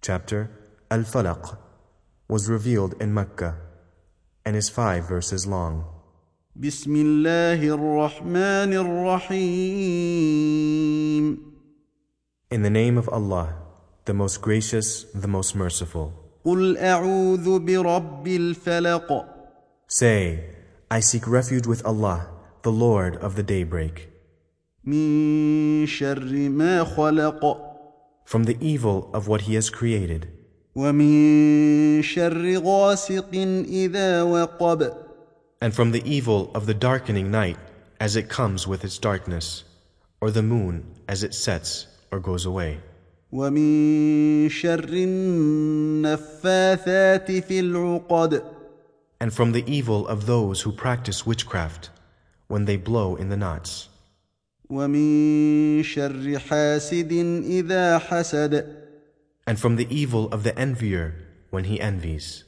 chapter Al Falaq, was revealed in Mecca and is five verses long. بسم الله الرحمن الرحيم In the name of Allah, the most gracious, the most merciful. قل اعوذ برب الفلق Say, I seek refuge with Allah, the Lord of the daybreak, من شر ما خلق from the evil of what He has created, ومن شر غاسق اذا وقب and from the evil of the darkening night as it comes with its darkness, or the moon as it sets or goes away, ومن شر النفاثات في العقد and from the evil of those who practice witchcraft when they blow in the knots, ومن شر حاسد اذا حسد and from the evil of the envier when he envies.